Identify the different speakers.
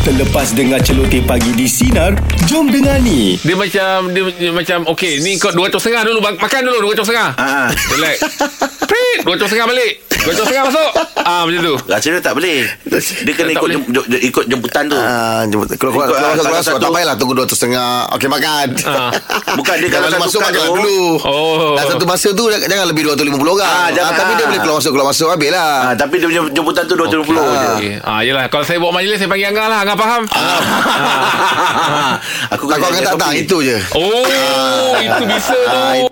Speaker 1: Terlepas dengar celoteh pagi di Sinar, jom dengar ni.
Speaker 2: Dia macam dia, dia macam okey ni kau 200 setengah dulu bang, makan dulu 200 setengah.
Speaker 3: Ah.
Speaker 2: Relax. Prit 200 setengah balik. 200 setengah masuk. Ah macam tu.
Speaker 3: Rasanya tak boleh Dia kena ikut,
Speaker 2: Tak boleh.
Speaker 3: jem, jem, jem- ikut jemputan tu
Speaker 4: Ah, jemput. Kalau keluar,
Speaker 3: Ikut, ah,
Speaker 4: keluar masuk, keluar
Speaker 3: satu-
Speaker 4: masuk. Tak
Speaker 3: satu.
Speaker 4: payahlah tunggu dua setengah. Okey, makan.
Speaker 2: Ah.
Speaker 3: Bukan dia kalau
Speaker 4: Kalau
Speaker 3: satu
Speaker 4: masuk,
Speaker 3: kat
Speaker 4: makan
Speaker 3: tu
Speaker 4: dulu.
Speaker 2: Oh.
Speaker 4: Dah satu masa tu, dah- jangan lebih 250 orang.
Speaker 3: Ah,
Speaker 4: Ah,
Speaker 3: jangan.
Speaker 4: tapi dia
Speaker 3: Ah.
Speaker 4: boleh keluar masuk, keluar masuk. Habis lah.
Speaker 3: ah, Tapi dia punya jemputan tu 250 je
Speaker 2: Okey. Ah yelah kalau saya bawa majlis saya panggil Angah lah, Angah faham.
Speaker 3: Ah. Aku
Speaker 4: Aku akan Ah. tak datang. Itu je.
Speaker 2: Oh, itu bisa tu.
Speaker 4: Ah,